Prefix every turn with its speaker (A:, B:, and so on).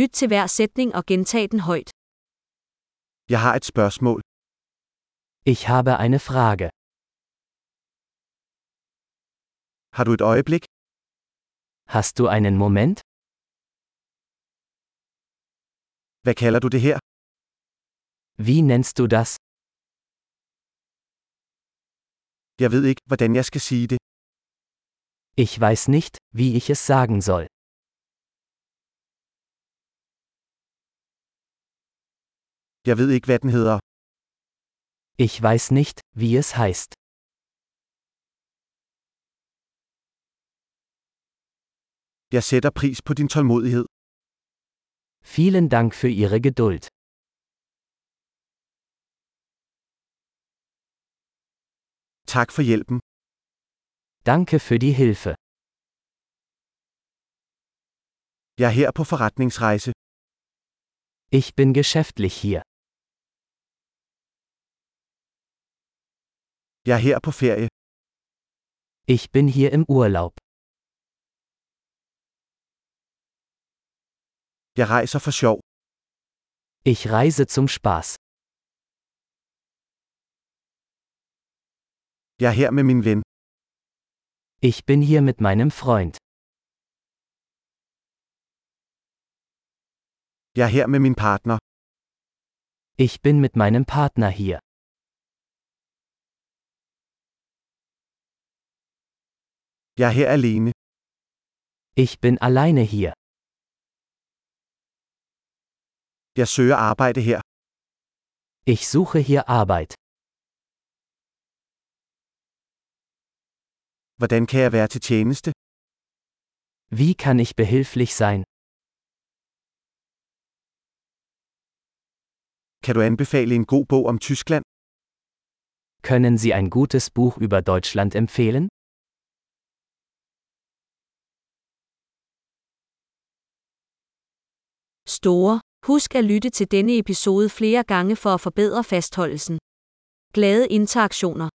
A: Lyt til hver sætning og gentag den højt.
B: Jeg har et spørgsmål.
C: Ich habe eine Frage.
B: Har du et øjeblik?
C: Hast du einen Moment?
B: Hvad kalder du det her?
C: Wie nennst du das?
B: Jeg ved ikke, hvordan jeg skal sige det.
C: Ich weiß nicht, wie ich es sagen soll.
B: Jeg ved ikke, hvad den hedder.
C: Ich weiß nicht, wie es heißt.
B: Jeg sætter pris på din tålmodighed.
C: Vielen Dank für Ihre Geduld.
B: Tak for hjælpen.
C: Danke für die Hilfe.
B: Jeg er her på forretningsrejse.
C: Ich bin geschäftlich hier.
B: Jeg er her på ferie.
C: Ich bin hier im Urlaub.
B: Jeg rejser for sjov.
C: Ich reise zum Spaß.
B: Jeg er her med min ven.
C: Ich bin hier mit meinem Freund.
B: Jeg er her med min partner.
C: Ich bin mit meinem Partner hier.
B: Jeg er her alene.
C: Ich bin alleine hier.
B: Jeg søger arbejde her.
C: Ich suche hier Arbeit.
B: Hvordan kan jeg være til tjeneste?
C: Wie kann ich behilflich sein?
B: Kan du anbefale en god bog om Tyskland?
C: Können Sie ein gutes Buch über Deutschland empfehlen?
A: Store. Husk at lytte til denne episode flere gange for at forbedre fastholdelsen. Glade interaktioner.